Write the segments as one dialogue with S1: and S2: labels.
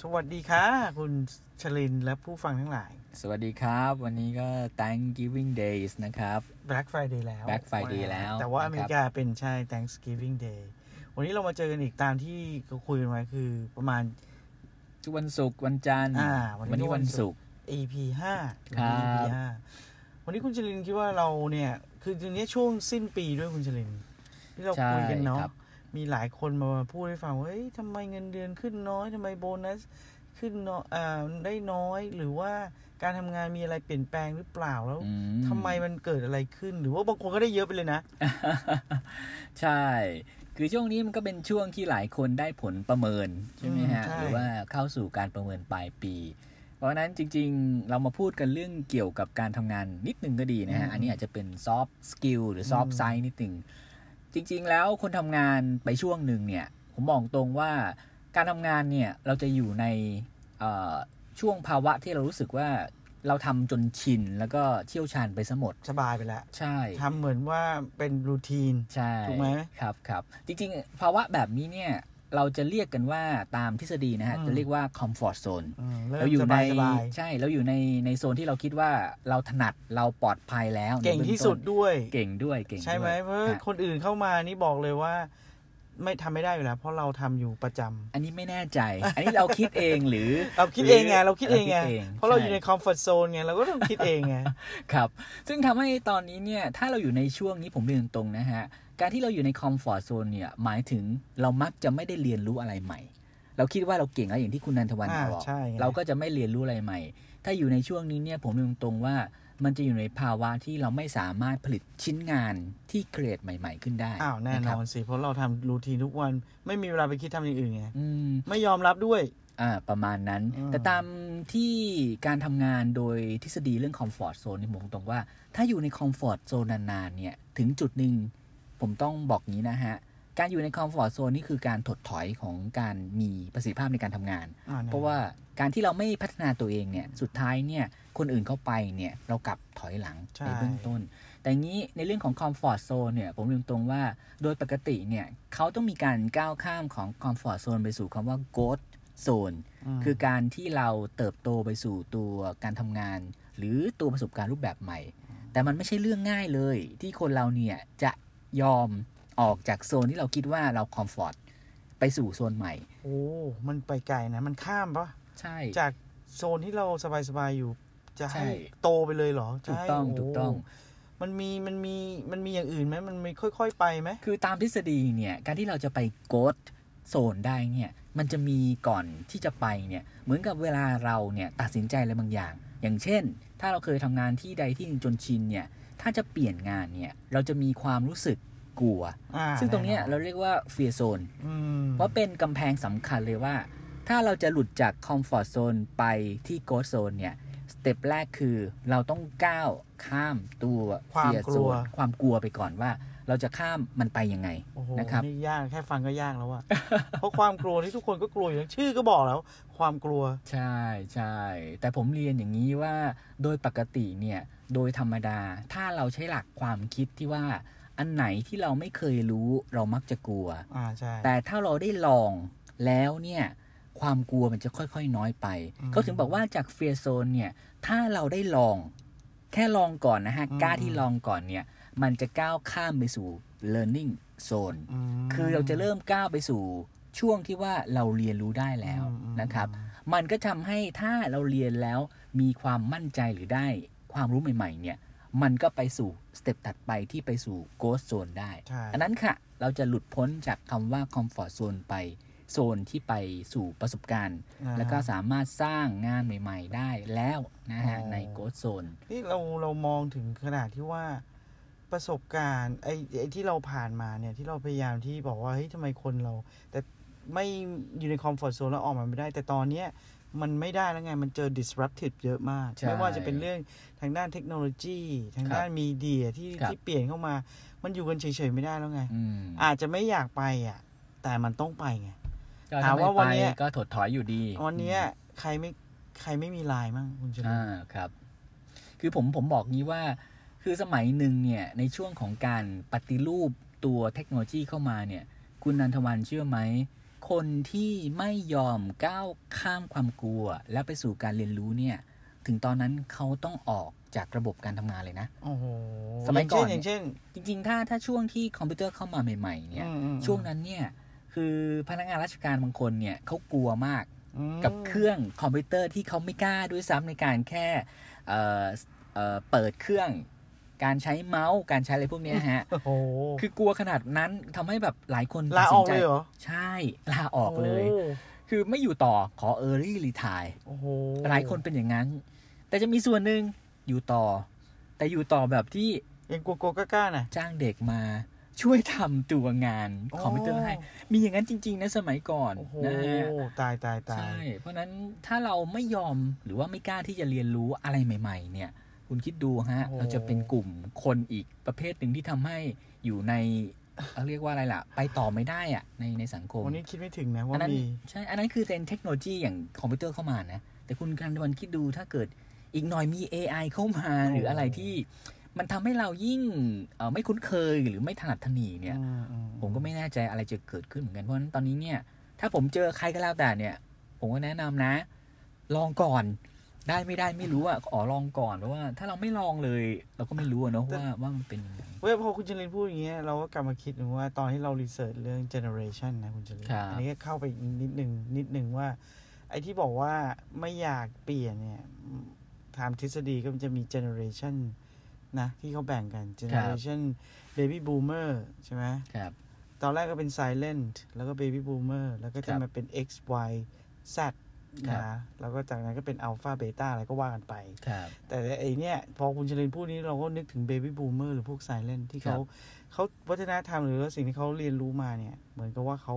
S1: สวัสดีค่ะ คุณชลินและผู้ฟังทั้งหลาย
S2: สวัสดีครับ วันนี้ก็ Thanksgiving Days นะครับ
S1: Black Friday แล้ว
S2: Black Friday แล้ว
S1: แต่ว่า
S2: นะครับ
S1: อเมริกาเป็นใช่ Thanksgiving Day วันนี้เรามาเจอกันอีกตามที่เขาคุยกันไว้คือประมาณ
S2: ทุกวันศุกร์วันจันทร์
S1: อ่าวั
S2: วันน
S1: นี้
S2: นี้
S1: วั
S2: วัน น
S1: ศุ
S2: ศุ
S1: ก
S2: ก
S1: ร์
S2: ร์
S1: EP ห้า
S2: ครับ
S1: EP ห้าวันนี้คุณชลินคิดว่าเราเนี่ย คือตรงนี้ช่วงสิ้นปีด้วยคุณชลิน ที่เรา
S2: ใช่
S1: คุยกันเนาะ
S2: ครับ
S1: มีหลายคนมาพูดให้ฟังว่าเฮ้ยทำไมเงินเดือนขึ้นน้อยทำไมโบนัส ขึ้นเนาะอ่าได้น้อยหรือว่าการทำงานมีอะไรเปลี่ยนแปลงหรือเปล่าแล้ว
S2: อื
S1: ทำไมมันเกิดอะไรขึ้นหรือว่าบางคนก็ได้เยอะไปเลยนะ
S2: ใช่ คือช่วงนี้มันก็เป็นช่วงที่หลายคนได้ผลประเมิน ใช่ไหมฮะ
S1: อืมใช่
S2: หรือว่าเข้าสู่การประเมินปลายปี เพราะฉะนั้นจริงๆ เรามาพูดกันเรื่องเกี่ยวกับการทำงานนิดนึงก็ดีนะ
S1: อื
S2: ฮะ
S1: ม
S2: อันนี้อาจจะเป็น soft skill หรือ soft
S1: อืม
S2: side นิดนึง จริงๆ แล้วคนทำงานไปช่วงหนึ่งเนี่ย ผมมองตรงว่าการทำงานเนี่ย เราจะอยู่ในเอ่อช่วงภาวะที่เรารู้สึกว่าเราทำจนชิน แล้วก็เชี่ยวชาญไปซะหมด
S1: สบายไปแล้ว
S2: ใช่
S1: ทำเหมือนว่าเป็นรูทีน
S2: ใช่
S1: ถูกไหม
S2: ครับครับจริงๆ ภาวะแบบนี้เนี่ย เราจะเรียกกันว่าตามทฤษฎีนะฮะ
S1: อืม
S2: จะเรียกว่า comfort zone
S1: อืมเริ่
S2: เรา
S1: ม
S2: อยู่
S1: ส
S2: ใน
S1: บายสบาย
S2: ใช่เราอยู่ในในโซนที่เราคิดว่าเราถนัดเราปลอดภัยแล้ว
S1: เก่ง
S2: ในบื้อ
S1: ที่สุด
S2: ต้
S1: ด้วย
S2: นเก่งด้วยเก่งด้วย
S1: ใช่ไหมเพราะ
S2: ฮะ
S1: คนอื่นเข้ามานี่บอกเลยว่า ไม่ทำไม่ได้อยู่แล้วเพราะเราทำอยู่ประจำ
S2: อันนี้ไม่แน่ใจ อันนี้เราคิดเองหรือ
S1: เราคิด
S2: ห
S1: เองไงเราคิดเองไง
S2: คิด
S1: เพราะเราอยู่ใน
S2: ช่
S1: คอมฟอร์ทโซนไงเราก็ต้องคิดเอง ไง
S2: ครับ ซึ่งทำให้ตอนนี้เนี่ยถ้าเราอยู่ในช่วงนี้ผมเรียนตรงๆนะฮะ การที่เราอยู่ในคอมฟอร์ z โซนเนี่ยหมายถึงเรามักจะไม่ได้เรียนรู้อะไรใหม่ เราคิดว่าเราเก่งแล้วอย่างที่คุณนันทวัน
S1: อ่า
S2: บอก
S1: ใช่ไง
S2: เราก็จะไม่เรียนรู้อะไรใหม่ ถ้าอยู่ในช่วงนี้เนี่ยผมเรียนตรงๆว่ามันจะอยู่ในภาวะที่เราไม่สามารถผลิตชิ้นงานที่เครียดใหม่ ๆ ขึ้นได้
S1: อ้าวแน่
S2: ะคนรับ
S1: อนสิเพราะเราทำรูทีนทุกวันไม่มีเวลาไปคิดทำอย่างอื่นไง
S2: อืม
S1: ไม่ยอมรับด้วย
S2: อ่า ประมาณนั้น
S1: อืม
S2: แต่ตามที่การทำงานโดยทฤษฎีเรื่องคอมฟอร์ z โซนนี่ยผมตรงว่า ถ้าอยู่ในคอมฟอร์ z โซนนานๆเนี่ย ถึงจุดหนึ่งผมต้องบอกงี้นะฮะ การอยู่ในคอมฟอร์ z โซนนี่คือการถดถอยของการมีประสิทธิภาพในการทำงาน
S1: อ่แน่
S2: เพราะว่าการที่เราไม่พัฒนาตัวเองเนี่ยสุดท้ายเนี่ยคนอื่นเข้าไปเนี่ยเรากลับถอยหลัง
S1: ใช่
S2: ในเบื้องต้น แต่งี้ในเรื่องของ comfort zone เนี่ยผมเรียนตรงว่าโดยปกติเนี่ยเขาต้องมีการก้าวข้ามของ comfort zone ไปสู่คำว่า growth zone
S1: ม
S2: คือการที่เราเติบโตไปสู่ตัวการทำงาน หรือตัวประสบการณ์รูปแบบใหม่ แต่มันไม่ใช่เรื่องง่ายเลย ที่คนเราเนี่ยจะยอมออกจากโซนที่เราคิดว่าเรา comfort ไปสู่โซนใหม่
S1: โอ้มันไปไกลนะมันข้ามปะ
S2: ใช่
S1: จากโซนที่เราสบายๆอยู่ จะ
S2: ใช่
S1: ให้โตไปเลยเหรอจะ
S2: ถูก
S1: ให้
S2: ต้อง
S1: โโห
S2: ถูกต้อง
S1: มันมีมันมีมันมีอย่างอื่นไหมมันมีค่อย ๆ ไปไหม
S2: คือตามทฤษฎีเนี่ยการที่เราจะไปโกดโซนได้เนี่ยมันจะมีก่อนที่จะไปเนี่ยเหมือนกับเวลาเราเนี่ยตัดสินใจอะไรบางอย่าง อย่างเช่น ถ้าเราเคยทำงานที่ใดที่หนึ่งจนชินเนี่ยถ้าจะเปลี่ยนงานเนี่ยเราจะมีความรู้สึกกลัว
S1: อ่า
S2: ซึ่งตรงเนี้ย
S1: แอ
S2: เราเรียกว่า fear zone
S1: อืม
S2: เพราะเป็นกำแพงสำคัญเลยว่า ถ้าเราจะหลุดจาก comfort zone ไปที่ ghost zone เนี่ยสเต็ปแรกคือเราต้องก้าวข้ามตัว
S1: ความ
S2: fear
S1: กลัว
S2: zone ความกลัวไปก่อนว่า เราจะข้ามมันไปยังไง
S1: โอ้โห
S2: นะครับ
S1: นี่ยากแค่ฟังก็ยาก แล้วอะ เพราะความกลัวที่ทุกคนก็กลัวอยู่แล้วชื่อก็บอกแล้ว ความกลัว
S2: ใช่ใช่แต่ผมเรียนอย่างนี้ว่าโดยปกติเนี่ย โดยธรรมดา ถ้าเราใช้หลักความคิดที่ว่า อันไหนที่เราไม่เคยรู้เรามักจะกลัว
S1: อ่าใช่
S2: แต่ถ้าเราได้ลองแล้วเนี่ย ความกลัวมันจะค่อยๆน้อยไป
S1: อืม
S2: เขาถึงบอกว่าจากเฟียโซนเนี่ย ถ้าเราได้ลอง แค่ลองก่อนนะฮะ
S1: อืม
S2: กล้าที่ลองก่อนเนี่ย มันจะก้าวข้ามไปสู่ learning zone
S1: อืม
S2: คือเราจะเริ่มก้าวไปสู่ช่วงที่ว่าเราเรียนรู้ได้แล้ว
S1: อืมอืม
S2: นะครับ มันก็ทำให้ถ้าเราเรียนแล้วมีความมั่นใจหรือได้ความรู้ใหม่ๆ เนี่ย มันก็ไปสู่สเต็ปถัดไปที่ไปสู่ ghost zone ได้
S1: ใช่
S2: อันนั้นค่ะ เราจะหลุดพ้นจากคำว่า comfort zone ไปโซนที่ไปสู่ประสบการณ์
S1: อ่า
S2: แล้วก็สามารถสร้างงานใหม่ ๆ ได้แล้วนะฮะ
S1: อ๋อ
S2: ใน ghost zone
S1: นี่เราเรามองถึงขนาดที่ว่าประสบการณ์ไอ้ไอ้ที่เราผ่านมาเนี่ยที่เราพยายามที่บอกว่าเฮ้ยทำไมคนเรา แต่ไม่อยู่ในคอมฟอร์ทโซนแล้วออกมาไม่ได้ แต่ตอนเนี้ยมันไม่ได้แล้วไง มันเจอ disruptive เยอะมาก
S2: ใช่
S1: ไม่ว่าจะเป็นเรื่องทางด้านเทคโนโลยี ทางด้านมีเดียที่
S2: ครับ
S1: ที่เปลี่ยนเข้ามา มันอยู่กันเฉยๆไม่ได้แล้วไง
S2: อืม
S1: อาจจะไม่อยากไปอ่ะ แต่มันต้องไปไง
S2: ก็
S1: ถา
S2: ถ้าม ไม่
S1: ว่าวั
S2: ไป
S1: นเนี้ย
S2: ก็ถดถอยอยู่ดี
S1: วันเนี้ย
S2: อืม
S1: ใครไม่ใครไม่มีไลน์มั่งคุณเฉลิ
S2: อ่ามครับ คือผมผมบอกงี้ว่า คือสมัยหนึ่งเนี่ยในช่วงของการปฏิรูปตัวเทคโนโลยีเข้ามาเนี่ย คุณนันทวันเชื่อไหม คนที่ไม่ยอมก้าวข้ามความกลัว และไปสู่การเรียนรู้เนี่ย ถึงตอนนั้นเขาต้องออกจากระบบการทำงานเลยนะ
S1: โอ้โห
S2: สมัยก่อน
S1: อย่างเช่น
S2: จริงๆ ถ้าถ้าช่วงที่คอมพิวเตอร์เข้ามาใหม่ๆ
S1: อย่า
S2: เนี่ย
S1: งเช่นอืม
S2: ช่วงนั้นเนี่ย คือพนักงานราชการบางคนเนี่ยเขากลัวมาก
S1: อืม
S2: กับเครื่องคอมพิวเตอร์ที่เขาไม่กล้าด้วยซ้ำในการแค่เอ่อเอ่อเปิดเครื่อง การใช้เมาส์ การใช้อะไรพวกเนี้ยฮะ
S1: โอ้โห
S2: คือกลัวขนาดนั้นทำให้แบบหลายคน
S1: ลาอ
S2: ตัด
S1: อก
S2: สินใจ
S1: เลยเหรอ
S2: ใช่ ลาออกเลย คือไม่อยู่ต่อขอเออร์ลี่รีทาย
S1: โอ้โห
S2: หลายคนเป็นอย่างนั้น แต่จะมีส่วนหนึ่งอยู่ต่อ แต่อยู่ต่อแบบที่
S1: ยังกลัวกลัวกล้าๆน่ะ
S2: จ้างเด็กมาช่วยทำตัวงานคอมพิวเตอร์ให้ มีอย่างนั้นจริง ๆ นะสมัยก่อน
S1: โอ้โห
S2: นะฮะ
S1: ตายตายตา
S2: ใช่
S1: ย
S2: เพราะฉะนั้นถ้าเราไม่ยอมหรือว่าไม่กล้าที่จะเรียนรู้อะไรใหม่ ๆ เนี่ย คุณคิดดูฮะ เราจะเป็นกลุ่มคนอีกประเภทหนึ่งที่ทำให้อยู่ในเอ่อเรียกว่าอะไรล่ะ ไปต่อไม่ได้อะในในสังคม
S1: วันนี้คิดไม่ถึงนะ
S2: อั
S1: ว่าน
S2: นั้น
S1: มี
S2: ใช่ อันนั้นคือเป็นเทคโนโลยีอย่างคอมพิวเตอร์เข้ามานะ แต่คุณกันวันคิดดูถ้าเกิดอีกหน่อยมี AI เข้ามาหรืออะไรที่ มันทำให้เรายิ่งเอ่อไม่คุ้นเคยหรือไม่ถนัดถนีเนี่ย
S1: อืมอื
S2: ผมก็ไม่แน่ใจอะไรจะเกิดขึ้นเหมือนกัน เพราะฉะนั้นตอนนี้เนี่ย ถ้าผมเจอใครก็แล้วแต่เนี่ย ผมก็แนะนำนะ ลองก่อน ได้ไม่ได้ไม่รู้อ่ะขอลองก่อนเพราะว่า ถ้าเราไม่ลองเลย เราก็ไม่รู้อะเนาะว่าว่ามันเป็นยังไง
S1: เว้ยพอคุณจรินพูดอย่างเงี้ยเราก็กลับมาคิดถึงว่าตอนที่เรารีเสิร์ชเรื่อง generation นะคุณจริน
S2: ครับ
S1: อันี้ก็เข้าไปอีกนิดหนึ่งนิดหนึ่งว่า ไอ้ที่บอกว่าไม่อยากเปลี่ยนเนี่ยถามทฤษฎีก็มันจะมี generation นะที่เขาแบ่งกัน generation baby boomer ใช่ไหม
S2: ครับ
S1: ตอนแรกก็เป็น Silent แล้วก็ Baby Boomer แล้วก็
S2: ครั
S1: จะ
S2: บ
S1: มาเป็น X Y Z
S2: ครั
S1: นะ
S2: บ
S1: แล้วก็จากนั้นก็เป็น Alpha Beta อะไรก็ว่ากันไป
S2: ครับ
S1: แต่ไอเนี่ย พอคุณเฉลินพูดนี้เราก็นึกถึง Baby Boomer หรือพวก Silent ที่เขา
S2: ครับ
S1: เขาวัฒนธรรมหรือสิ่งที่เขาเรียนรู้มาเนี่ย เหมือนกับว่าเขา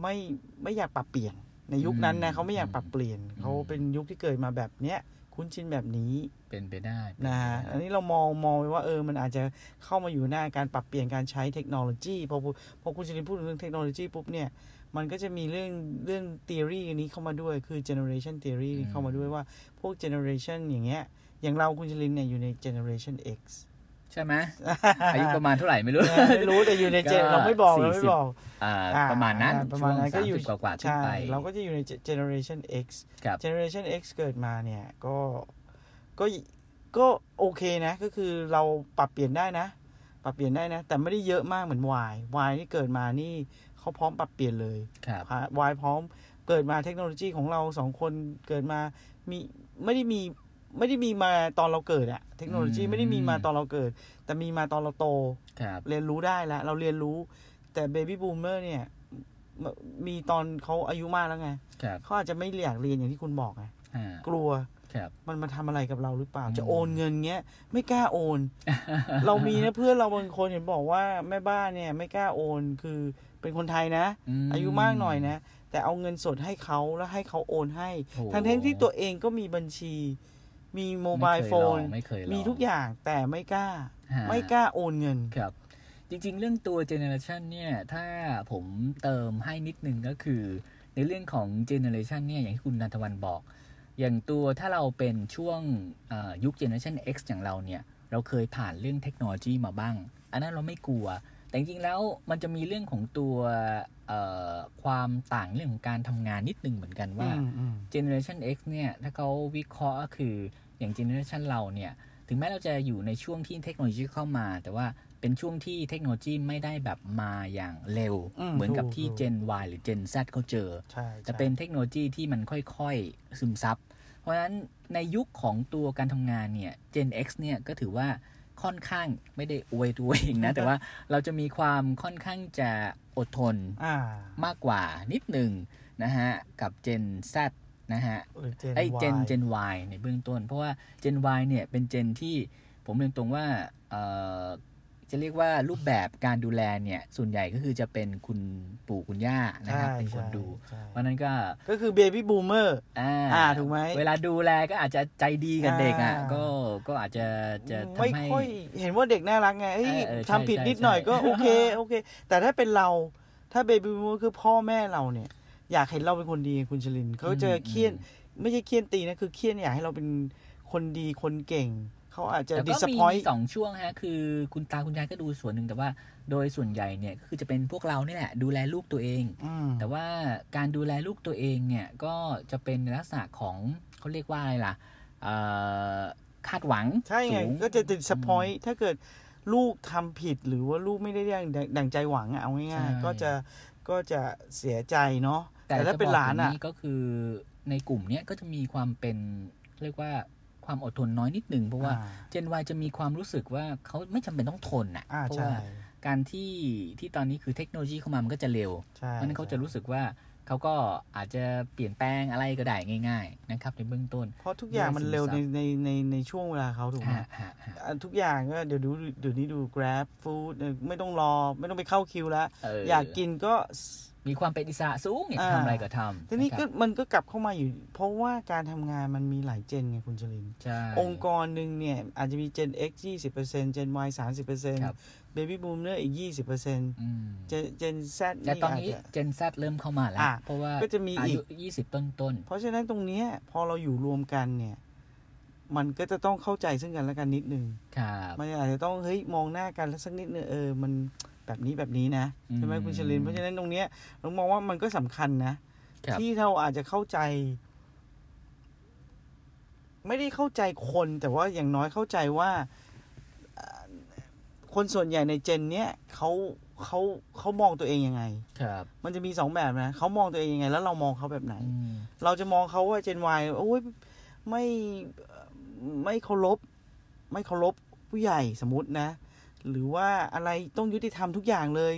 S1: ไม่ไม่อยากปรับเปลี่ยน ในยุคนั้นนะเขาไม่อยากปรับเปลี่ยน เขาเป็นยุคที่เกิดมาแบบเนี้ยคุ้นชินแบบนี้
S2: เป็นไปได้เป็
S1: นะ
S2: ไป
S1: ฮะ
S2: ได้
S1: อันนี้เรามองมองไปว่าเออมันอาจจะเข้ามาอยู่หน้าการปรับเปลี่ยนการใช้เทคโนโลยีพอพูพอคุณชลินพูดถึงเรื่องเทคโนโลยีปุ๊บเนี่ย มันก็จะมีเรื่องเรื่อง theory อันนี้เข้ามาด้วยคือ generation theory
S2: อืม
S1: เข้ามาด้วยว่าพวก generation อย่างเงี้ยอย่างเราคุณชลินเนี่ยอยู่ใน generation X
S2: ใช่ไหมอายุประมาณเท่าไหร่ไม่รู้
S1: นะไม่รู้แต่อยู่ในเจน
S2: ก็
S1: เราไม่บอก
S2: สี่
S1: เรา
S2: สิ
S1: ไม่
S2: บ
S1: บอก
S2: อ่า
S1: อ่า
S2: ประมาณนั้น
S1: อ่าประ
S2: ช่
S1: มาว ณ
S2: ง
S1: นั้นก็
S2: สาม
S1: อยู่
S2: สิบกว่ากว่าๆขึ้น
S1: ใช่
S2: ไป
S1: เราก็จะอยู่ใน generation X
S2: ครับ
S1: generation X เกิดมาเนี่ย ก็ก็ก็โอเคนะ ก็คือเราปรับเปลี่ยนได้นะ ปรับเปลี่ยนได้นะ แต่ไม่ได้เยอะมากเหมือน Y Y นี่เกิดมานี่เขาพร้อมปรับเปลี่ยนเลย
S2: ครับ
S1: Y พร้อมเกิดมาเทคโนโลยีของเราสองคนเกิดมามีไม่ได้มีไม่ได้มีมาตอนเราเกิดอะเทคโนโลยี
S2: อืม
S1: ไม่ได้มีมาตอนเราเกิด แต่มีมาตอนเราโต
S2: ครับ
S1: เรียนรู้ได้แล้ว เราเรียนรู้ แต่เบบี้บูมเมอร์เนี่ยมมีตอนเขาอายุมากแล้วไง
S2: ครับ
S1: เขาอาจจะไม่อยากเรียนอย่างที่คุณบอกไง
S2: อ่าก
S1: ลัว
S2: ครับ
S1: มันมาทำอะไรกับเราหรือเปล่า
S2: อืม
S1: จะโอนเงินเงี้ย ไม่กล้าโอน เรามีนะเพื่อนเราบางคนเห็นบอกว่าแม่บ้านเนี่ย ไม่กล้าโอนคือเป็นคนไทยนะ
S2: ม
S1: อายุมากหน่อยนะ แต่เอาเงินสดให้เขาแล้วให้เขาโอนให้
S2: โอ้
S1: ทั้งๆที่ตัวเองก็มีบัญชี มีโมบายโฟน
S2: ไม่เคยลอง
S1: มี
S2: ไเคล
S1: ทุกอย่างแต่ไม่กล้า
S2: ฮะ
S1: ไม่กล้าโอนเงิน
S2: ครับ จริง ๆ เรื่องตัวเจเนอเรชันเนี่ย ถ้าผมเติมให้นิดนึงก็คือ ในเรื่องของเจเนอเรชันเนี่ย อย่างที่คุณนันทวันบอก อย่างตัวถ้าเราเป็นช่วงเอ่อยุคเจเนอเรชัน X อย่างเราเนี่ย เราเคยผ่านเรื่องเทคโนโลยีมาบ้าง อันนั้นเราไม่กลัว แต่จริงๆแล้วมันจะมีเรื่องของตัวเอ่อความต่างเรื่องของการทำงานนิดนึงเหมือนกันว่า
S1: อืมอืม
S2: เจเนอเรชัน X เนี่ย ถ้าเขาวิเคราะห์ก็คืออย่างเจเนอเรชันเราเนี่ย ถึงแม้เราจะอยู่ในช่วงที่เทคโนโลยีเข้ามา แต่ว่าเป็นช่วงที่เทคโนโลยีไม่ได้แบบมาอย่างเร็ว
S1: อืม
S2: เหมือนกับ
S1: ถูก
S2: ที่
S1: ถูก
S2: Gen Y หรือ Gen Z เขาเจอ
S1: ใช่
S2: จะ
S1: ใช่
S2: เป็นเทคโนโลยีที่มันค่อยๆ ซึมซับ เพราะฉะนั้นในยุคของตัวการทำงานเนี่ย Gen X เนี่ยก็ถือว่าค่อนข้างไม่ได้อวยตัวเองนะ แต่ว่าเราจะมีความค่อนข้างจะอดทน
S1: อ่าม
S2: ากกว่านิดหนึ่งนะฮะ กับ Gen Z นะฮะ
S1: หรือเจน
S2: ไอ้เจน
S1: Y
S2: เจน Y ในเบื้องต้น เพราะว่าเจน Y เนี่ยเป็นเจนที่ผมเรียนตรงว่าเอ่อจะเรียกว่ารูปแบบการดูแลเนี่ย ส่วนใหญ่ก็คือจะเป็นคุณปู่คุณย่านะครับ
S1: ใช่
S2: เป็นคน
S1: ใช่
S2: ดู
S1: ใช่
S2: เพราะฉะนั้นก็
S1: ก็คือเบบี้บูมเมอร์
S2: อ่า
S1: อ่าถูกไหม
S2: เวลาดูแลก็อาจจะใจดีกับเด็กอ่ะ
S1: อ่า
S2: ก็ก็อาจจะจะทำ
S1: ไม่
S2: ให้
S1: ค่อยเห็นว่าเด็กน่ารักไงเอ้ย
S2: เออเออใช่
S1: ทำผิด
S2: ใช่
S1: นิดหน่อย
S2: ใช่
S1: ก็โอเค โอเค แต่ถ้าเป็นเราถ้าเบบี้บูมเมอร์คือพ่อแม่เราเนี่ย อยากเห็นเราเป็นคนดีคุณชลินเขาจะเคี่ยน ไม่ใช่เคี่ยนตีนะ คือเคี่ยนอยากให้เราเป็นคนดีคนเก่ง เขาอาจจะ
S2: แต่ก็มี
S1: disappoint
S2: สองช่วงฮะ คือคุณตาคุณยายก็ดูส่วนหนึ่งแต่ว่าโดยส่วนใหญ่เนี่ยก็คือจะเป็นพวกเรานี่แหละ ดูแลลูกตัวเอง
S1: อืม
S2: แต่ว่าการดูแลลูกตัวเองเนี่ยก็จะเป็นในลักษณะของเขาเรียกว่าอะไรล่ะเอ่อคาดหวัง
S1: ใช่ไง
S2: สู
S1: ก็จะ disappoint ถ้าเกิดลูกทำผิดหรือว่าลูกไม่ได้ดังดังใจหวังอะเอาง่ายๆก็จะก็จะเสียใจเนาะแต่ถ้า
S2: จะ
S1: เป็น
S2: บก
S1: หลาน
S2: อย่
S1: อะ
S2: งก็คือในกลุ่มเนี้ยก็จะมีความเป็นเรียกว่าความอดทนน้อยนิดหนึ่งเพราะว่า
S1: อ่า
S2: เจนวจะมีความรู้สึกว่าเขาไม่จำเป็นต้องทน
S1: อ่า
S2: นะ่ะเพราะ
S1: ใช่
S2: ว่าการที่ที่ตอนนี้คือเทคโนโลยีเข้ามามันก็จะเร็ว
S1: ใช่
S2: เพราะฉะนั้นเขาจะรู้สึกว่าเขาก็อาจจะเปลี่ยนแปลงอะไรก็ได้ง่าย ๆ นะครับในเบื้องต้น
S1: เพราะทุกอย่างมันเร็วในในในในช่วงเวลาเขาถูกไหม
S2: ฮะฮะฮะ
S1: อ่ะทุกอย่างก็เดี๋ยวดูเดี๋ยวนี้ดู Grab Food เออไม่ต้องรอไม่ต้องไปเข้าคิวแล้ว
S2: เ
S1: อยากกินก็
S2: มีความเป็นอิสระสูงอยาก
S1: อ่า
S2: ทำอะไรก็ทำ
S1: ทีนี้ก็
S2: ะครับ
S1: มันก็กลับเข้ามาอยู่ เพราะว่าการทำงานมันมีหลายเจนไงคุณจริน
S2: ใช่
S1: องค์กรหนึ่งเนี่ย อาจจะมีเจน X 20% Gen Y
S2: ครับ
S1: 30% Baby Boomer อีก 20%
S2: อืม
S1: Gen Gen Z
S2: แต่
S1: นี่
S2: ตอน
S1: อาจ
S2: นี้
S1: จะ
S2: เจนซเริ่มเข้ามาแล้ว
S1: อ่ะ
S2: เพราะว่า
S1: ก็จะมี
S2: อา
S1: อีก
S2: ยุยี่สิบต้นต้น
S1: เพราะฉะนั้นตรงเนี้ยพอเราอยู่รวมกันเนี่ย มันก็จะต้องเข้าใจซึ่งกันและกันนิดนึง
S2: ๆครับ
S1: มันอาจจะต้องเฮ้ยมองหน้ากันแล้วสักนิดนึงเออมันแบบนี้แบบนี้นะ ใช่ไหมคุณชลินเพราะฉะนั้นตรงเนี้ยเรามองว่ามันก็สำคัญนะ
S2: ครับ
S1: ที่เราอาจจะเข้าใจ ไม่ได้เข้าใจคน แต่ว่าอย่างน้อยเข้าใจว่าเอ่อคนส่วนใหญ่ในเจน เนี้ยเขาเขาเขามองตัวเองยังไง
S2: ครับ
S1: มันจะมีสองแบบนะเขามองตัวเองยังไง แล้วเรามองเขาแบบไหน
S2: อืม
S1: เราจะมองเขาว่าเจนวายโอ้ยไม่เอ่อไม่เคารพไม่เคารพผู้ใหญ่สมมตินะ หรือว่าอะไรต้องยุติธรรมทุกอย่างเลย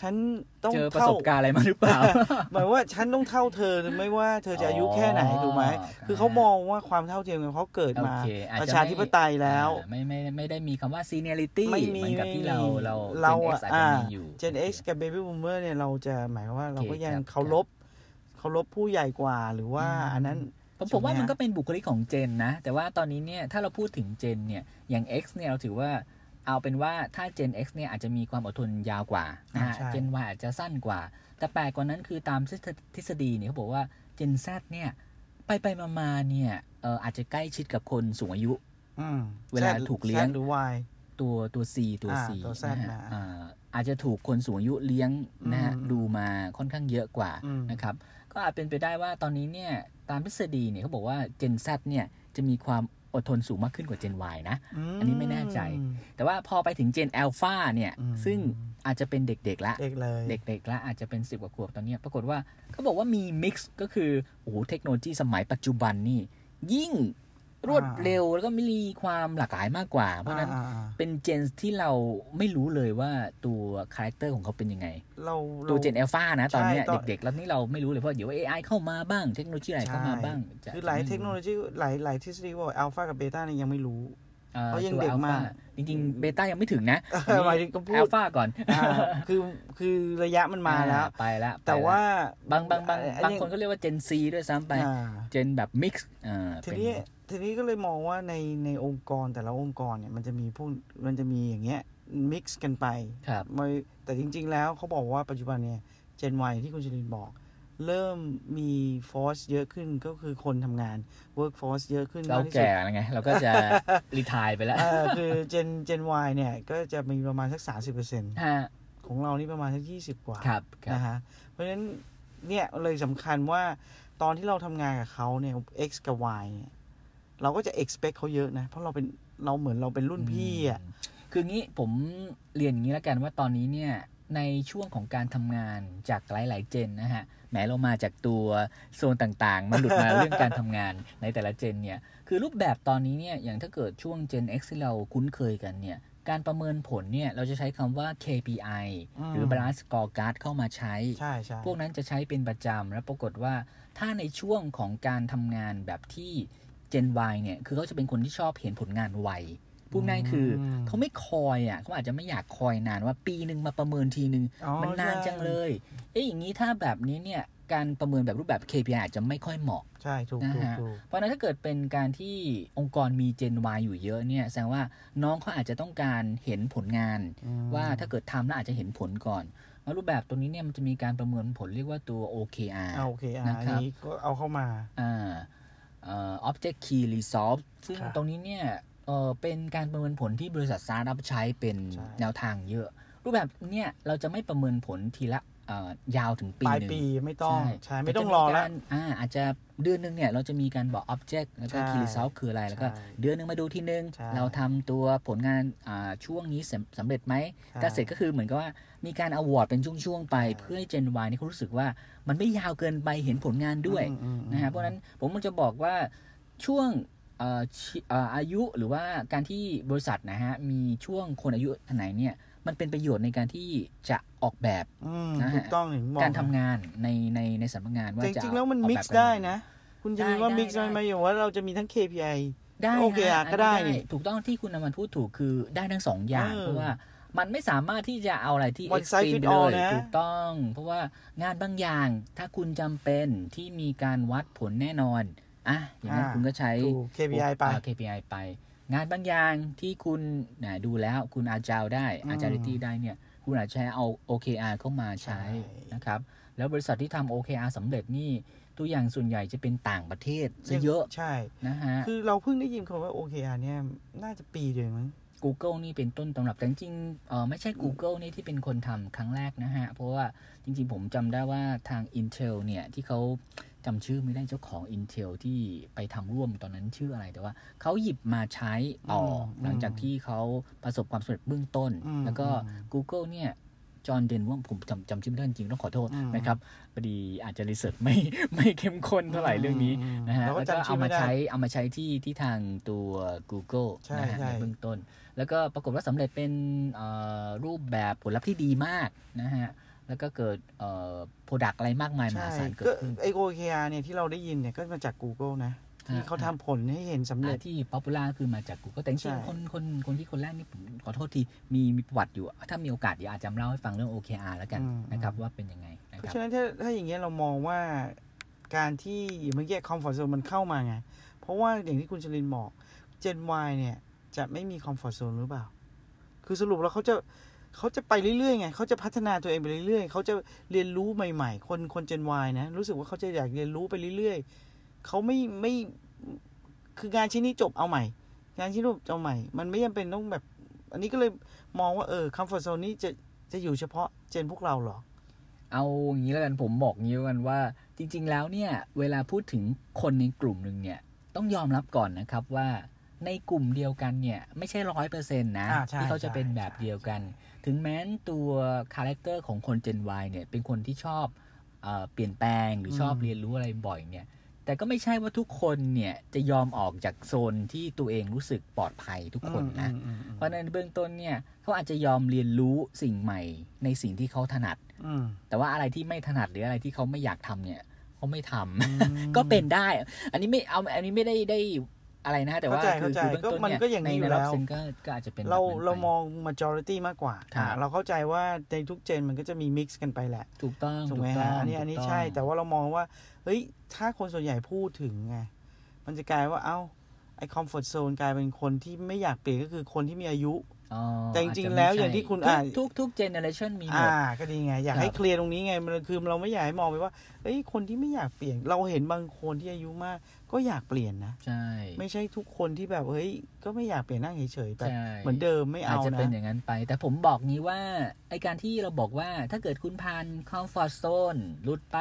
S1: ฉันต้อง
S2: เจอประ
S1: เท่า
S2: สบการณ์อะไรมาหรือเปล่า
S1: หมายว่าฉันต้องเท่าเธอไม่ว่าเธอจะอายุแค่ไหนถูกไหม
S2: อ๋อ
S1: คือเขามองว่าความเท่าเทียมกันเขาเกิด
S2: โอ
S1: มา
S2: เคอจจ
S1: ประชาธิปไตยแล้ว
S2: อ่าไม่ไม่ไม่ได้มีคำว่า seniority
S1: ไม่มี
S2: เหมือนกับที่เราเรา
S1: เรา
S2: เจน
S1: อะ
S2: X อาจจะ
S1: อ่า
S2: มีอยู่
S1: Gen X กับ Baby Boomer เนี่ยเราจะหมายความว่าเราก็ยัง
S2: ครับ
S1: เคารพเคารพผู้ใหญ่กว่าหรือว่าอันนั้น
S2: ผมผมว่า
S1: ใช่ไหม
S2: มันก็เป็นบุคลิกของเจนนะ แต่ว่าตอนนี้เนี่ยถ้าเราพูดถึงเจนเนี่ยอย่าง X เนี่ยเราถือว่าเอาเป็นว่าถ้าเจน X เนี่ยอาจจะมีความอดทนยาวกว่านะฮะ
S1: อ่าใช่
S2: เจน Y อาจจะสั้นกว่า แต่แปลกกว่านั้นคือตามทฤษทฤษฎีเนี่ยเขาบอกว่าเจน Z เนี่ยไปไปมามาๆเนี่ยเอออาจจะใกล้ชิดกับคนสูงอายุ
S1: อืม
S2: เวลาถูกเลี้ยง
S1: แซดหรือวาย
S2: ตัวตัว C ตัว
S1: อ่า
S2: C
S1: ตัว Z
S2: นะฮะ
S1: นะ
S2: อ่าอาจจะถูกคนสูงอายุเลี้ยงนะฮะ
S1: อืม
S2: ดูมาค่อนข้างเยอะกว่า
S1: อืม
S2: นะครับ ก็อาจเป็นไปได้ว่าตอนนี้เนี่ยตามทฤษฎีเนี่ยเขาบอกว่า Gen Z เนี่ยจะมีความอดทนสูงมากขึ้นกว่า Gen Y นะ อันนี้ไม่แน่ใจ
S1: อืม
S2: แต่ว่าพอไปถึง Gen Alpha เนี่ย
S1: อืม
S2: ซึ่งอาจจะเป็นเด็กๆละ
S1: เด็กเลย
S2: เด็กๆละอาจจะเป็น 10 กว่าขวบตอนเนี้ยปรากฏว่าเขาบอกว่ามีมิกซ์ก็คือโอ้โหเทคโนโลยีสมัยปัจจุบันนี่ ยิ่งรวดเร็วแล้วก็มีความหลากหลายมากกว่าเพราะฉะนั้น
S1: อ่อ่า
S2: เป็นเจนที่เราไม่รู้เลยว่าตัวคาแรคเตอร์ของเขาเป็นยังไง
S1: เรารา
S2: ตัวเจนเอลฟานะ
S1: ใช่
S2: ตอนเนี้ย
S1: ตอน
S2: เด็กๆ แล้วนี่เราไม่รู้เลยเพราะเดี๋ยว AI เข้ามาบ้างเทคโนโลยีอะไร
S1: ใช่
S2: เข้ามาบ้างจะ
S1: คือหลายเทคโนโลยีหลายหลายทฤษฎีว่าอัลฟากับเบต้าเนี่ยยังไม่รู้
S2: อ่อ
S1: เขายัง
S2: ตัว
S1: เด็ก
S2: alpha
S1: มาก
S2: จริงๆเบต้ายังไม่ถึงนะ
S1: หมายถึงก็พู
S2: เอล
S1: ด
S2: ฟาก่อน
S1: อ่าคือคือระยะมันมาแล้ว
S2: อ่ไปแล้ว
S1: แต่ว่า
S2: บางบางบาง
S1: อั
S2: บางคนก็เรียกว่าเจนซีด้วยซ้ำไป
S1: อ่า
S2: เจนแบบมิกซ์อ่า
S1: ที
S2: เป็น
S1: นี้ทีนี้ก็เลยมองว่าในในองค์กรแต่ละองค์กรเนี่ยมันจะมีพวกมันจะมีอย่างเงี้ยมิกซ์กันไป
S2: ครับ
S1: ไม่แต่จริง ๆ แล้วเขาบอกว่าปัจจุบันเนี่ยเจนวัยที่คุณชลินบอก เริ่มมีฟอร์สเยอะขึ้นก็คือคนทำงาน workforce เยอะขึ้น
S2: เรา
S1: มกที่สุด
S2: แก่แล้วไง เราก็ จะ รีทายไปแล้ว
S1: เออคือเจนเจนวเนี่ย ก็จะมีประมาณสักสาสิบเปอร์เซ็น
S2: ฮะ
S1: ของเรานี่ประมาณสักยี่สิบกว่า
S2: ครับครับ
S1: นะฮะเพราะฉะนั้นเนี่ยเลยสำคัญว่าตอนที่เราทำงานกับเขาเนี่ย X กับ Y เนี่ยเราก็จะ expect เขาเยอะนะ เพราะเราเป็นเราเหมือนเราเป็นรุ่นพี่อ่ะ
S2: มคืองี้ผมเรียนอย่างนี้แล้วกันว่าตอนนี้เนี่ยในช่วงของการทำงานจากหลาย ๆ เจนนะฮะแหม้เรามาจากตัวโซนต่างๆ มันหลุดมา เรื่องการทำงาน ในแต่ละเจนเนี่ยคือรูปแบบตอนนี้เนี่ยอย่างถ้าเกิดช่วง Gen X ที่เราคุ้นเคยกันเนี่ยการประเมินผลเนี่ยเราจะใช้คำว่า KPI
S1: อืม
S2: หรือ Balance Scorecard เข้ามาใช้
S1: ใช่ใช่
S2: พวกนั้นจะใช้เป็นประจำ แล้วปรากฏว่าถ้าในช่วงของการทำงานแบบที่ Gen Y เนี่ย คือเขาจะเป็นคนที่ชอบเห็นผลงานไวพูดง่ายคือ
S1: ม
S2: เขาไม่คอยอ่ะเขาอาจจะไม่อยากคอยนานว่าปีหนึ่งมาประเมินทีหนึ่ง
S1: อ๋อ
S2: มันนาน
S1: ใช่
S2: จังเลย เอ๊ะอย่างนี้ถ้าแบบนี้เนี่ย การประเมินแบบรูปแบบ KPI อาจจะไม่ค่อยเหมาะ
S1: ใช่ถูก
S2: นะ
S1: ถูก
S2: ฮะ
S1: ถูก
S2: เพราะฉะนั้นถ้าเกิดเป็นการที่องค์กรมี Gen Y อยู่เยอะเนี่ยแสดงว่าน้องเขาอาจจะต้องการเห็นผลงาน
S1: อืม
S2: ว่าถ้าเกิดทำแล้วอาจจะเห็นผลก่อนแล้วรูปแบบตรงนี้เนี่ยมันจะมีการประเมินผลเรียกว่าตัว OKR
S1: เอาโอเคอ่ะ
S2: นะ
S1: อัน
S2: ครับ
S1: นี้ก็เอาเข้ามา
S2: อ่าเอ่อ object key resolve ซึ่ง
S1: ครับ
S2: ตรงนี้เนี่ย เออเป็นการประเมินผลที่บริษัทสตาร์ทอัพใช้เป็น
S1: ใช่
S2: แนวทางเยอะ รูปแบบเนี่ยเราจะไม่ประเมินผลทีละเอ่อยาวถึงปี
S1: ปลาย
S2: หนึ่ง
S1: ปีไม่ต้อง
S2: ใช่
S1: ใช่ไม่ต้องรอแล้ว
S2: แต่จะมีการอ่าอาจจะเดือนหนึ่งเนี่ยเราจะมีการบอก object แล้วก็
S1: ใช่
S2: key result คืออะไร แล้วก็
S1: ใช่
S2: เดือนหนึ่งมาดูทีนึง
S1: ใช่
S2: เราทำตัวผลงานอ่าช่วงนี้สำสำเร็จไหม
S1: ใช่
S2: ถ้าเสร็จก็คือเหมือนกับว่ามีการ award เป็นช่วง ๆ ไป
S1: ใช่
S2: เพื่อให้ Gen Y นี่เขารู้สึกว่ามันไม่ยาวเกินไปเห็นผลงานด้วย
S1: อืมอืมอืม
S2: นะฮะเพราะฉะนั้นผมมันจะบอกว่าช่วงเอ่อชีเอ่ออายุหรือว่าการที่บริษัทนะฮะมีช่วงคนอายุอันไหนเนี่ยมันเป็นประโยชน์ในการที่จะออกแบบ
S1: อืม
S2: นะฮะ
S1: ถูกต้องถึงบอก
S2: การทำงานในในในสำนักงานว่า
S1: แต่จ
S2: จะ
S1: ริงๆ แล้วมัน
S2: ออ
S1: มิก
S2: บบ
S1: ซ์
S2: กั
S1: ได้นะ คุณจะ
S2: ได้
S1: มีว่า
S2: ได้
S1: มิกซ์
S2: ได้
S1: ไหมหมายถึงว่าเราจะมีทั้ง KPI
S2: ได้นะ
S1: โอเคอะ
S2: นนี้
S1: ก็ได้นี่
S2: ถูกต้องที่คุณนำมาพูดถูกคือได้ทั้งสองอย่าง
S1: เออ
S2: เพราะว่ามันไม่สามารถที่จะเอาอะไรที่
S1: One size fit
S2: extreme ไปเล
S1: all
S2: ย
S1: นะ
S2: ถูกต้อง เพราะว่างานบางอย่าง ถ้าคุณจำเป็นที่มีการวัดผลแน่นอนอ่ะอย่างนั้นคุณก็ใช้
S1: ถูก KPI ไป
S2: อ่า KPI ไป งานบางอย่างที่คุณนะดูแล้วคุณอาจาวได้
S1: อืม
S2: agility ได้เนี่ย คุณอาจจะเอา OKR เข้ามาใช้
S1: ใช่
S2: นะครับ แล้วบริษัทที่ทำ OKR สำเร็จนี่ ตัวอย่างส่วนใหญ่จะเป็นต่างประเทศซะเยอะ
S1: ใช่
S2: นะฮะ
S1: คือเราเพิ่งได้ยินคำว่า OKR เนี่ย น่าจะปีเดียวเองมั้ง
S2: Google นี่เป็นต้นตำรับแต่จริงๆเอ่อไม่ใช่ Google นี่ที่เป็นคนทำครั้งแรกนะฮะ เพราะว่าจริงๆ ผมจำได้ว่าทาง Intel เนี่ย ที่เขาจำชื่อไม่ได้เจ้าของ Intel ที่ไปทำร่วมตอนนั้นชื่ออะไรแต่ว่าเขาหยิบมาใช้ต่ออ
S1: ม
S2: หลังจากที่เขาประสบความสำเร็จเบื้องต้น
S1: อืม
S2: แล้วก็
S1: อืม
S2: Google เนี่ยจอห์นเดนว่าผมจำจำชื่อไม่ได้จริงๆต้องขอโทษ
S1: อืม
S2: นะครับพอดีอาจจะรีเสิร์ชไม่ไม่เข้มข้นเท่าไหร่เรื่องนี้
S1: ม
S2: นะฮะ
S1: เราก็
S2: แล้วก็
S1: จำชื่
S2: เอา
S1: อ
S2: มา
S1: ไม่ได้
S2: ใช้เอามาใช้ที่ที่ทางตัว Google
S1: ใช่
S2: นะฮะ
S1: ใช่
S2: ในเบื้องต้น แล้วก็ปรากฏว่าสำเร็จเป็นเอ่อรูปแบบผลลัพธ์ที่ดีมากนะฮะ แล้วก็เกิดโปรดักอะไรมากมายม
S1: ใช่
S2: หาศาลเกิ
S1: ก็
S2: ดขึ้น
S1: ไอ OKR เนี่ยที่เราได้ยินเนี่ย ก็มาจาก Google นะ ที่เขาทำผลให้เห็นสำเร็
S2: อ่า
S1: จ
S2: ที่ป๊อปปูล่าคือมาจาก Google แต่จ
S1: ใช่
S2: ริงๆคนคนคนที่คนแรกนี่ผมขอโทษทีมีมีประวัติอยู่ ถ้ามีโอกาสเดี๋ยวอาจจะเล่าให้ฟังเรื่อง OKR แล้วกันนะครับว่าเป็นยังไงนะ
S1: เพ
S2: ครั
S1: ราะ
S2: บ
S1: ฉะนั้นถ้าถ้าอย่างเงี้ยเรามองว่าการที่เมื่อกี้คอมฟอร์ z โซนมันเข้ามาไง เพราะว่าอย่างที่คุณชลินบอกเจน Y เนี่ย จะไม่มีคอมฟอร์ z โซนหรือเปล่า คือสรุปแล้วเขาจะเขาจะไปเรื่อยๆไงเขาจะพัฒนาตัวเองไปเรื่อยๆเขาจะเรียนรู้ใหม่ๆ คนคนเจน Y นะ รู้สึกว่าเขาจะอยากเรียนรู้ไปเรื่อยๆเขาไม่ไม่คืองานชิ้นนี้จบเอาใหม่ งานชิ้นนี้จบเอาใหม่ มันไม่จำเป็นต้องแบบ อันนี้ก็เลยมองว่าเออคอมฟอร์ z โซนนี้จะจะอยู่เฉพาะเจนพวกเราเหรอ
S2: เอาอย่างนี้แล้วกันผมบอกงี้แล้วกันว่าจริง ๆ แล้วเนี่ยเวลาพูดถึงคนในกลุ่มหนึ่งเนี่ยต้องยอมรับก่อนนะครับว่าในกลุ่มเดียวกันเนี่ยไม่ใช่ร้อยเปอร์เซ็นต์นะ
S1: อ่าใช่
S2: ที่เขาจะเป็น
S1: ใช่
S2: แบบ
S1: ใช่
S2: เดียวกัน ถึงแม้นตัวคาแรคเตอร์ของคน Gen Y เนี่ยเป็นคนที่ชอบเออเปลี่ยนแปลงหรือชอบ
S1: อืม
S2: เรียนรู้อะไรบ่อยเนี่ยแต่ก็ไม่ใช่ว่าทุกคนเนี่ยจะยอมออกจากโซนที่ตัวเองรู้สึกปลอดภัยทุกคนนะ
S1: อืมอืมอืม
S2: เพราะฉะนั้นเบื้องต้นเนี่ยเขาอาจจะยอมเรียนรู้สิ่งใหม่ ในสิ่งที่เขาถนัด
S1: อืม
S2: แต่ว่าอะไรที่ไม่ถนัดหรืออะไรที่เขาไม่อยากทำเนี่ยเขาไม่ทำ
S1: อืม
S2: ก็เป็นได้ อันนี้ไม่เอาอันนี้ไม่ได้ได้อะไรนะ แต่ว่า
S1: เข้าใจเข้าใจ
S2: คือคือเบื้องต้น
S1: ก็มัน
S2: เนี่ย
S1: ก็อย่างนี้อ
S2: ใน
S1: ยู่
S2: ใน
S1: แล้
S2: รั
S1: ว
S2: บเซนก็ก็อาจจะเป็น
S1: เรา
S2: แบบนั้นไป
S1: เรามอง majority มากกว่า
S2: ครับ
S1: เราเข้าใจว่าในทุกเจนมันก็จะมี mix กันไปแหละ
S2: ถูกต้อง
S1: ถูกไหม
S2: ต้
S1: ฮะ
S2: ง
S1: อันนี้อันนี้
S2: ถูกง
S1: ใช่ แต่ว่าเรามองว่า เฮ้ย ถ้าคนส่วนใหญ่พูดถึงไง มันจะกลายว่าเอ้าไอ comfort zone กลายเป็นคนที่ไม่อยากเปลี่ยนก็คือคนที่มีอายุ
S2: อ๋อ
S1: แต่จริงๆ
S2: ะไม่
S1: แล้ว
S2: ใช่
S1: อย่างที่คุณ
S2: ทุก
S1: อ่าน
S2: ทุกทุกเจเนอเรชันมีหม
S1: อ่า
S2: ด
S1: ก็ดีไง อยาก
S2: ครับ
S1: ให้เคลียร์ตรงนี้ไง มันคือเราไม่อยากให้มองไปว่าเอ้ย คนที่ไม่อยากเปลี่ยน เราเห็นบางคนที่อายุมาก ก็อยากเปลี่ยนนะ
S2: ใช่
S1: ไม่ใช่ทุกคนที่แบบ เฮ้ย ก็ไม่อยากเปลี่ยนนั่งเฉยๆแบบ
S2: ใช่
S1: เหมือนเดิมไม่
S2: อาจ
S1: เอา
S2: จะ
S1: นะ
S2: เป็นอย่างนั้นไป แต่ผมบอกงี้ว่าไอการที่เราบอกว่าถ้าเกิดคุณผ่านคอมฟอร์ z โซนหลุดไป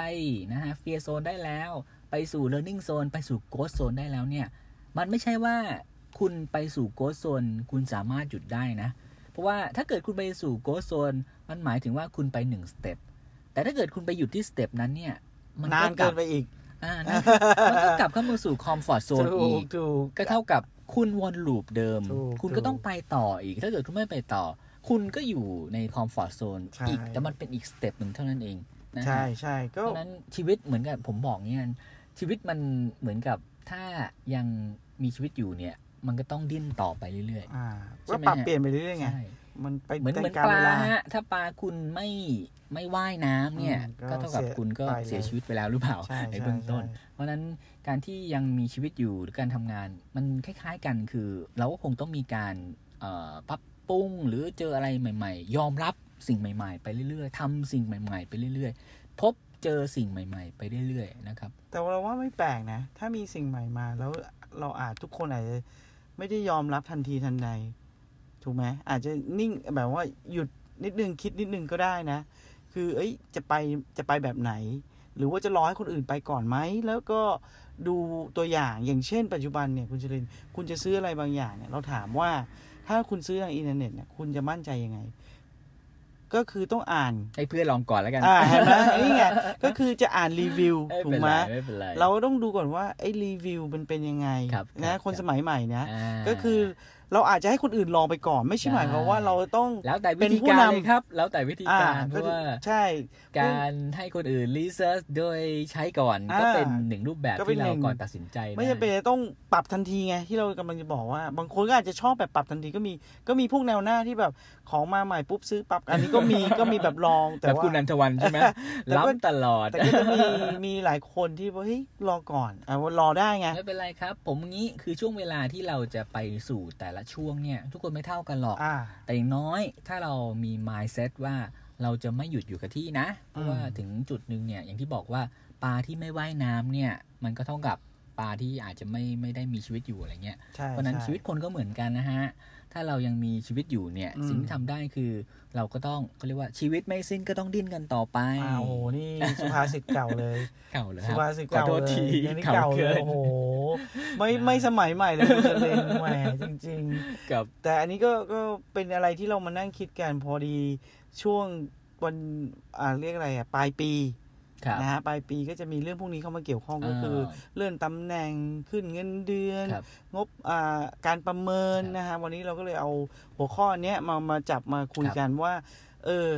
S2: นะฮะเฟียโซนได้แล้ว ไปสู่ learning zone ไปสู่ growth zone ได้แล้วเนี่ย มันไม่ใช่ว่าคุณไปสู่โก z โซนคุณสามารถหยุดได้นะ เพราะว่าถ้าเกิดคุณไปสู่โก z โซนมันหมายถึงว่าคุณไปหนึ่งสเต็ปแต่ถ้าเกิดคุณไปหยุดที่สเต็ปนั้นเนี่ย มัน
S1: นา
S2: ก็
S1: น
S2: ก
S1: เกิ
S2: ลับ
S1: นไปอีก
S2: อ่านั่นคือมันก็กลับเข้ามาสู่คอมฟอร์ z โซน
S1: ถู
S2: อี
S1: ก
S2: ก
S1: ถูก
S2: ก็เท่ากับคุณวนลูปเดิม
S1: ถูก
S2: คุณก็ต้องไปต่ออีก ถ้าเกิดคุณไม่ไปต่อ คุณก็อยู่ในคอมฟอร์ z โซน
S1: ใช่
S2: อีก แต่มันเป็นอีกสเต็ปหนึ่งเท่านั้นเองนะฮะ
S1: ใช่ใช่
S2: เพ
S1: ก็
S2: ราะฉะนั้นชีวิตเหมือนกับผมบอกเนี่ยชีวิตมันเหมือนกับถ้ายังมีชีวิตอยู่เนี่ย มันก็ต้องดิ้นต่อไปเรื่อย
S1: อ่า
S2: ใช่
S1: ก็
S2: ไหม
S1: ปรับ
S2: ฮะ
S1: เปลี่ยนไปเรื่อยๆ
S2: ๆ
S1: ไง
S2: ใช่
S1: มันไป
S2: เหมือนเหมื
S1: ตา
S2: อน
S1: กา
S2: ป
S1: ล
S2: ลา
S1: เวลา
S2: ฮะถ้าปลาคุณไม่ไม่ว่ายน้ำเนี่ย
S1: อืมก็
S2: ก็เท่ากับ
S1: เสีย
S2: คุณก็
S1: ไปเลย
S2: เสียชีวิตไปแล้วหรือเปล่า
S1: ใช่ใช่
S2: เบื้องต้น
S1: ใช่
S2: เพราะฉะนั้นการที่ยังมีชีวิตอยู่หรือการทำงาน มันคล้ายๆกันคือ เราก็คงต้องมีการเอ่อปรับปรุงหรือเจออะไรใหม่ ๆ ยอมรับสิ่งใหม่ ๆ ไปเรื่อยๆทำสิ่งใหม่ ๆ ไปเรื่อยๆ พบเจอสิ่งใหม่ ๆ ไปเรื่อยๆนะครับ
S1: แต่เราว่าไม่แปลกนะ ถ้ามีสิ่งใหม่มา แล้วเราอาจทุกคนอาจจะ ไม่ได้ยอมรับทันทีทันใด ถูกไหมอาจจะนิ่งแบบว่าหยุดนิดนึงคิดนิดนึงก็ได้นะ คือเอ้ยจะไปจะไปแบบไหน หรือว่าจะรอให้คนอื่นไปก่อนไหม แล้วก็ดูตัวอย่างอย่างเช่น ปัจจุบันเนี่ยคุณชลิน คุณจะซื้ออะไรบางอย่างเนี่ย เราถามว่าถ้าคุณซื้อทางอินเทอร์เน็ตเนี่ยคุณจะมั่นใจยังไง ก็คือต้องอ่าน
S2: ให้เพื่อนลองก่อนแล้วกัน
S1: อ่าเห็นไหมนี่ไงก็คือจะอ่านรีวิว
S2: ไม่
S1: ถู
S2: เป็
S1: ก
S2: น
S1: ไหม
S2: ไรไม่เป็นไร
S1: เราต้องดูก่อนว่าไอ้รีวิวมันเป็นยังไง
S2: ครับ
S1: นะครับ คน
S2: ครับ
S1: สมัยใหม่นะ
S2: อ่า
S1: ก็คือเราอาจจะให้คนอื่นลองไปก่อน ไม่ใช่หมายความว่า
S2: ใช่
S1: เราต้อง
S2: แล้วแต่
S1: เป็
S2: วิ
S1: น
S2: ธี
S1: ผู้
S2: การ
S1: นำ
S2: เลยครับ แล้วแต่วิธี
S1: อ่า
S2: การเพ
S1: ก็
S2: ราะว่า
S1: ใช่
S2: การให้คนอื่นรีเสิร์ชโดยใช้ก่อน
S1: อ่า
S2: ก็เป็นหนึ่งรูปแบบ
S1: ก็เป็น
S2: ที่เรา
S1: หนึ่ง
S2: ก่อนตัดสินใจ
S1: ไม่จำเป็นจะต้องปรับทันทีไงที่เรากำลังจะบอกว่า บางคนก็อาจจะชอบแบบปรับทันทีก็มีก็มีพวกแนวหน้าที่แบบของมาใหม่ปุ๊บซื้อปรับอันนี้ก็มี ก็มีแบบลองแต่
S2: แบบ
S1: ว่า
S2: คุณนันทวันใช่ไหม
S1: แต่ว่า
S2: ล้ำตลอด
S1: แต่ก็จะมีมีหลายคนที่ว่าเฮ้ยรอก่อนอ่ะว่ารอได้ไง
S2: ไม่เป็นไรครับ ผมงี้คือช่วงเวลาที่เราจะไปสู่แต่ละช่วงเนี่ย ทุกคนไม่เท่ากันหรอก
S1: อ่า
S2: แต่อย่างน้อยถ้าเรามี mindset ว่าเราจะไม่หยุดอยู่กับที่นะ เพราะว่า
S1: อืม
S2: ถึงจุดหนึ่งเนี่ย อย่างที่บอกว่าปลาที่ไม่ว่ายน้ำเนี่ย มันก็เท่ากับปลาที่อาจจะไม่ไม่ได้มีชีวิตอยู่อะไรเงี้ย
S1: ใช่
S2: เพราะฉะนั้น
S1: ใช่
S2: ชีวิตคนก็เหมือนกันนะฮะ ถ้าเรายังมีชีวิตอยู่เนี่ย
S1: อืม
S2: สิ่งที่ทำได้คือ เราก็ต้องเขาเรียกว่าชีวิตไม่สิ้นก็ต้องดิ้นกันต่อไป
S1: อ่าโอ้โหนี่สุภาษิตเก่าเลย
S2: เก่าเลยค
S1: สุ
S2: รับ
S1: ภาษิต
S2: ขอ
S1: เก่า
S2: โทษ
S1: เลย
S2: ที
S1: อันนี้
S2: เก่า
S1: เก่า
S2: เกิ
S1: เลย
S2: น
S1: โอ้โห ไม่ไม่สมัยใหม่เลยคุณเจริญแหมจริง
S2: กับ
S1: ๆ แต่อันนี้ก็ก็เป็นอะไรที่เรามานั่งคิดกันพอดีช่วงวันอ่าเรียกอะไรอ่ะปลายปี
S2: ครับ
S1: นะฮะปลายปีก็จะมีเรื่องพวกนี้เข้ามาเกี่ยวข้องก็คือ เลื่อนตำแหน่งขึ้นเงินเดือน
S2: าครับ
S1: งบอ่าการประเมิน
S2: ครับ
S1: นะฮะวันนี้เราก็เลยเอาหัวข้อเนี้ยมามาจับมาคุย
S2: ครับ
S1: กันว่า เออ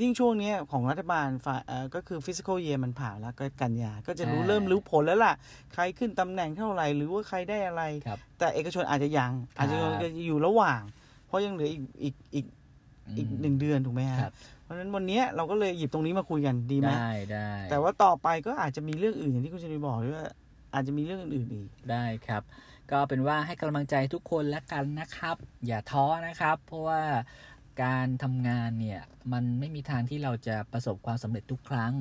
S1: ยิ่งช่วงเนี้ยของรัฐบาลฝ่ายเอ่อก็คือ fiscal year มันผ่านแล้วก็กันยา ก็จะรู้เริ่มรู้ผลแล้วล่ะ ใครขึ้นตำแหน่งเท่าไหร่ หรือว่าใครได้อะไร
S2: ครับ
S1: แต่เอกชนอาจจะยังอาจจะ
S2: ครับ
S1: อยู่ระหว่าง เพราะยังเหลืออีกอีกอีกอีก
S2: ม
S1: หนึ่งเดือนถูกไหมฮะ
S2: ครับ
S1: เพราะฉะนั้นวันเนี้ยเราก็เลยหยิบตรงนี้มาคุยกันดีไหม
S2: ได้ได้
S1: แต่ว่าต่อไปก็อาจจะมีเรื่องอื่นอย่างที่คุณชลีบอกด้วยว่าอาจจะมีเรื่องอื่นๆอีก
S2: ได้ครับ ก็เป็นว่าให้กำลังใจทุกคนและกันนะครับ อย่าท้อนะครับ เพราะว่าการทำงานเนี่ย มันไม่มีทางที่เราจะประสบความสำเร็จทุกครั้ง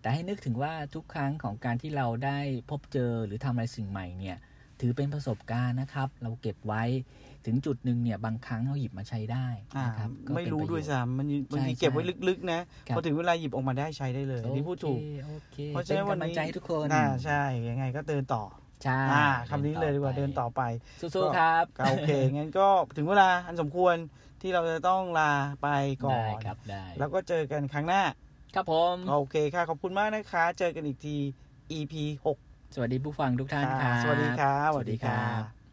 S2: แต่ให้นึกถึงว่าทุกครั้งของการที่เราได้พบเจอหรือทำอะไรสิ่งใหม่เนี่ย ถือเป็นประสบการณ์นะครับ เราเก็บไว้ถึงจุดหนึ่งเนี่ย บางครั้งเราหยิบมาใช้ได้
S1: อ่า
S2: นะครับก็เป็น
S1: ไม่รู้
S2: ปะโน
S1: ด้วยซ้ำมันบางที
S2: ใช่
S1: เก็บไว้ลึกๆ นะ
S2: ครับ
S1: พอถึงเวลาหยิบออกมาได้ใช้ได้เลย
S2: โอ
S1: นี่
S2: เค
S1: พูดถูก
S2: โอเค
S1: เพราะฉะ
S2: เป็น
S1: นั้นวัน
S2: กำลัง
S1: นี้
S2: ใจให้ทุกคน
S1: อ่าใช่ ยังไงก็เดินต่อ
S2: ใช่
S1: อ่าคำนี้เลยดีกว่าเดินต่อไป
S2: สู้ๆครับ
S1: ก็โอเค งั้นก็ถึงเวลาอันสมควรที่เราจะต้องลาไปก่อ
S2: ได้
S1: น
S2: ครับได้
S1: แล้วก็เจอกันครั้งหน้า
S2: ครับผม
S1: โอเคค่ะ ขอบคุณมากนะคะ เจอกันอีกที EP หก
S2: สวัสดีผู้ฟังทุกท่านค
S1: ค่ะ
S2: รับ
S1: สวัสดีค่ะ
S2: สวัสดีครับ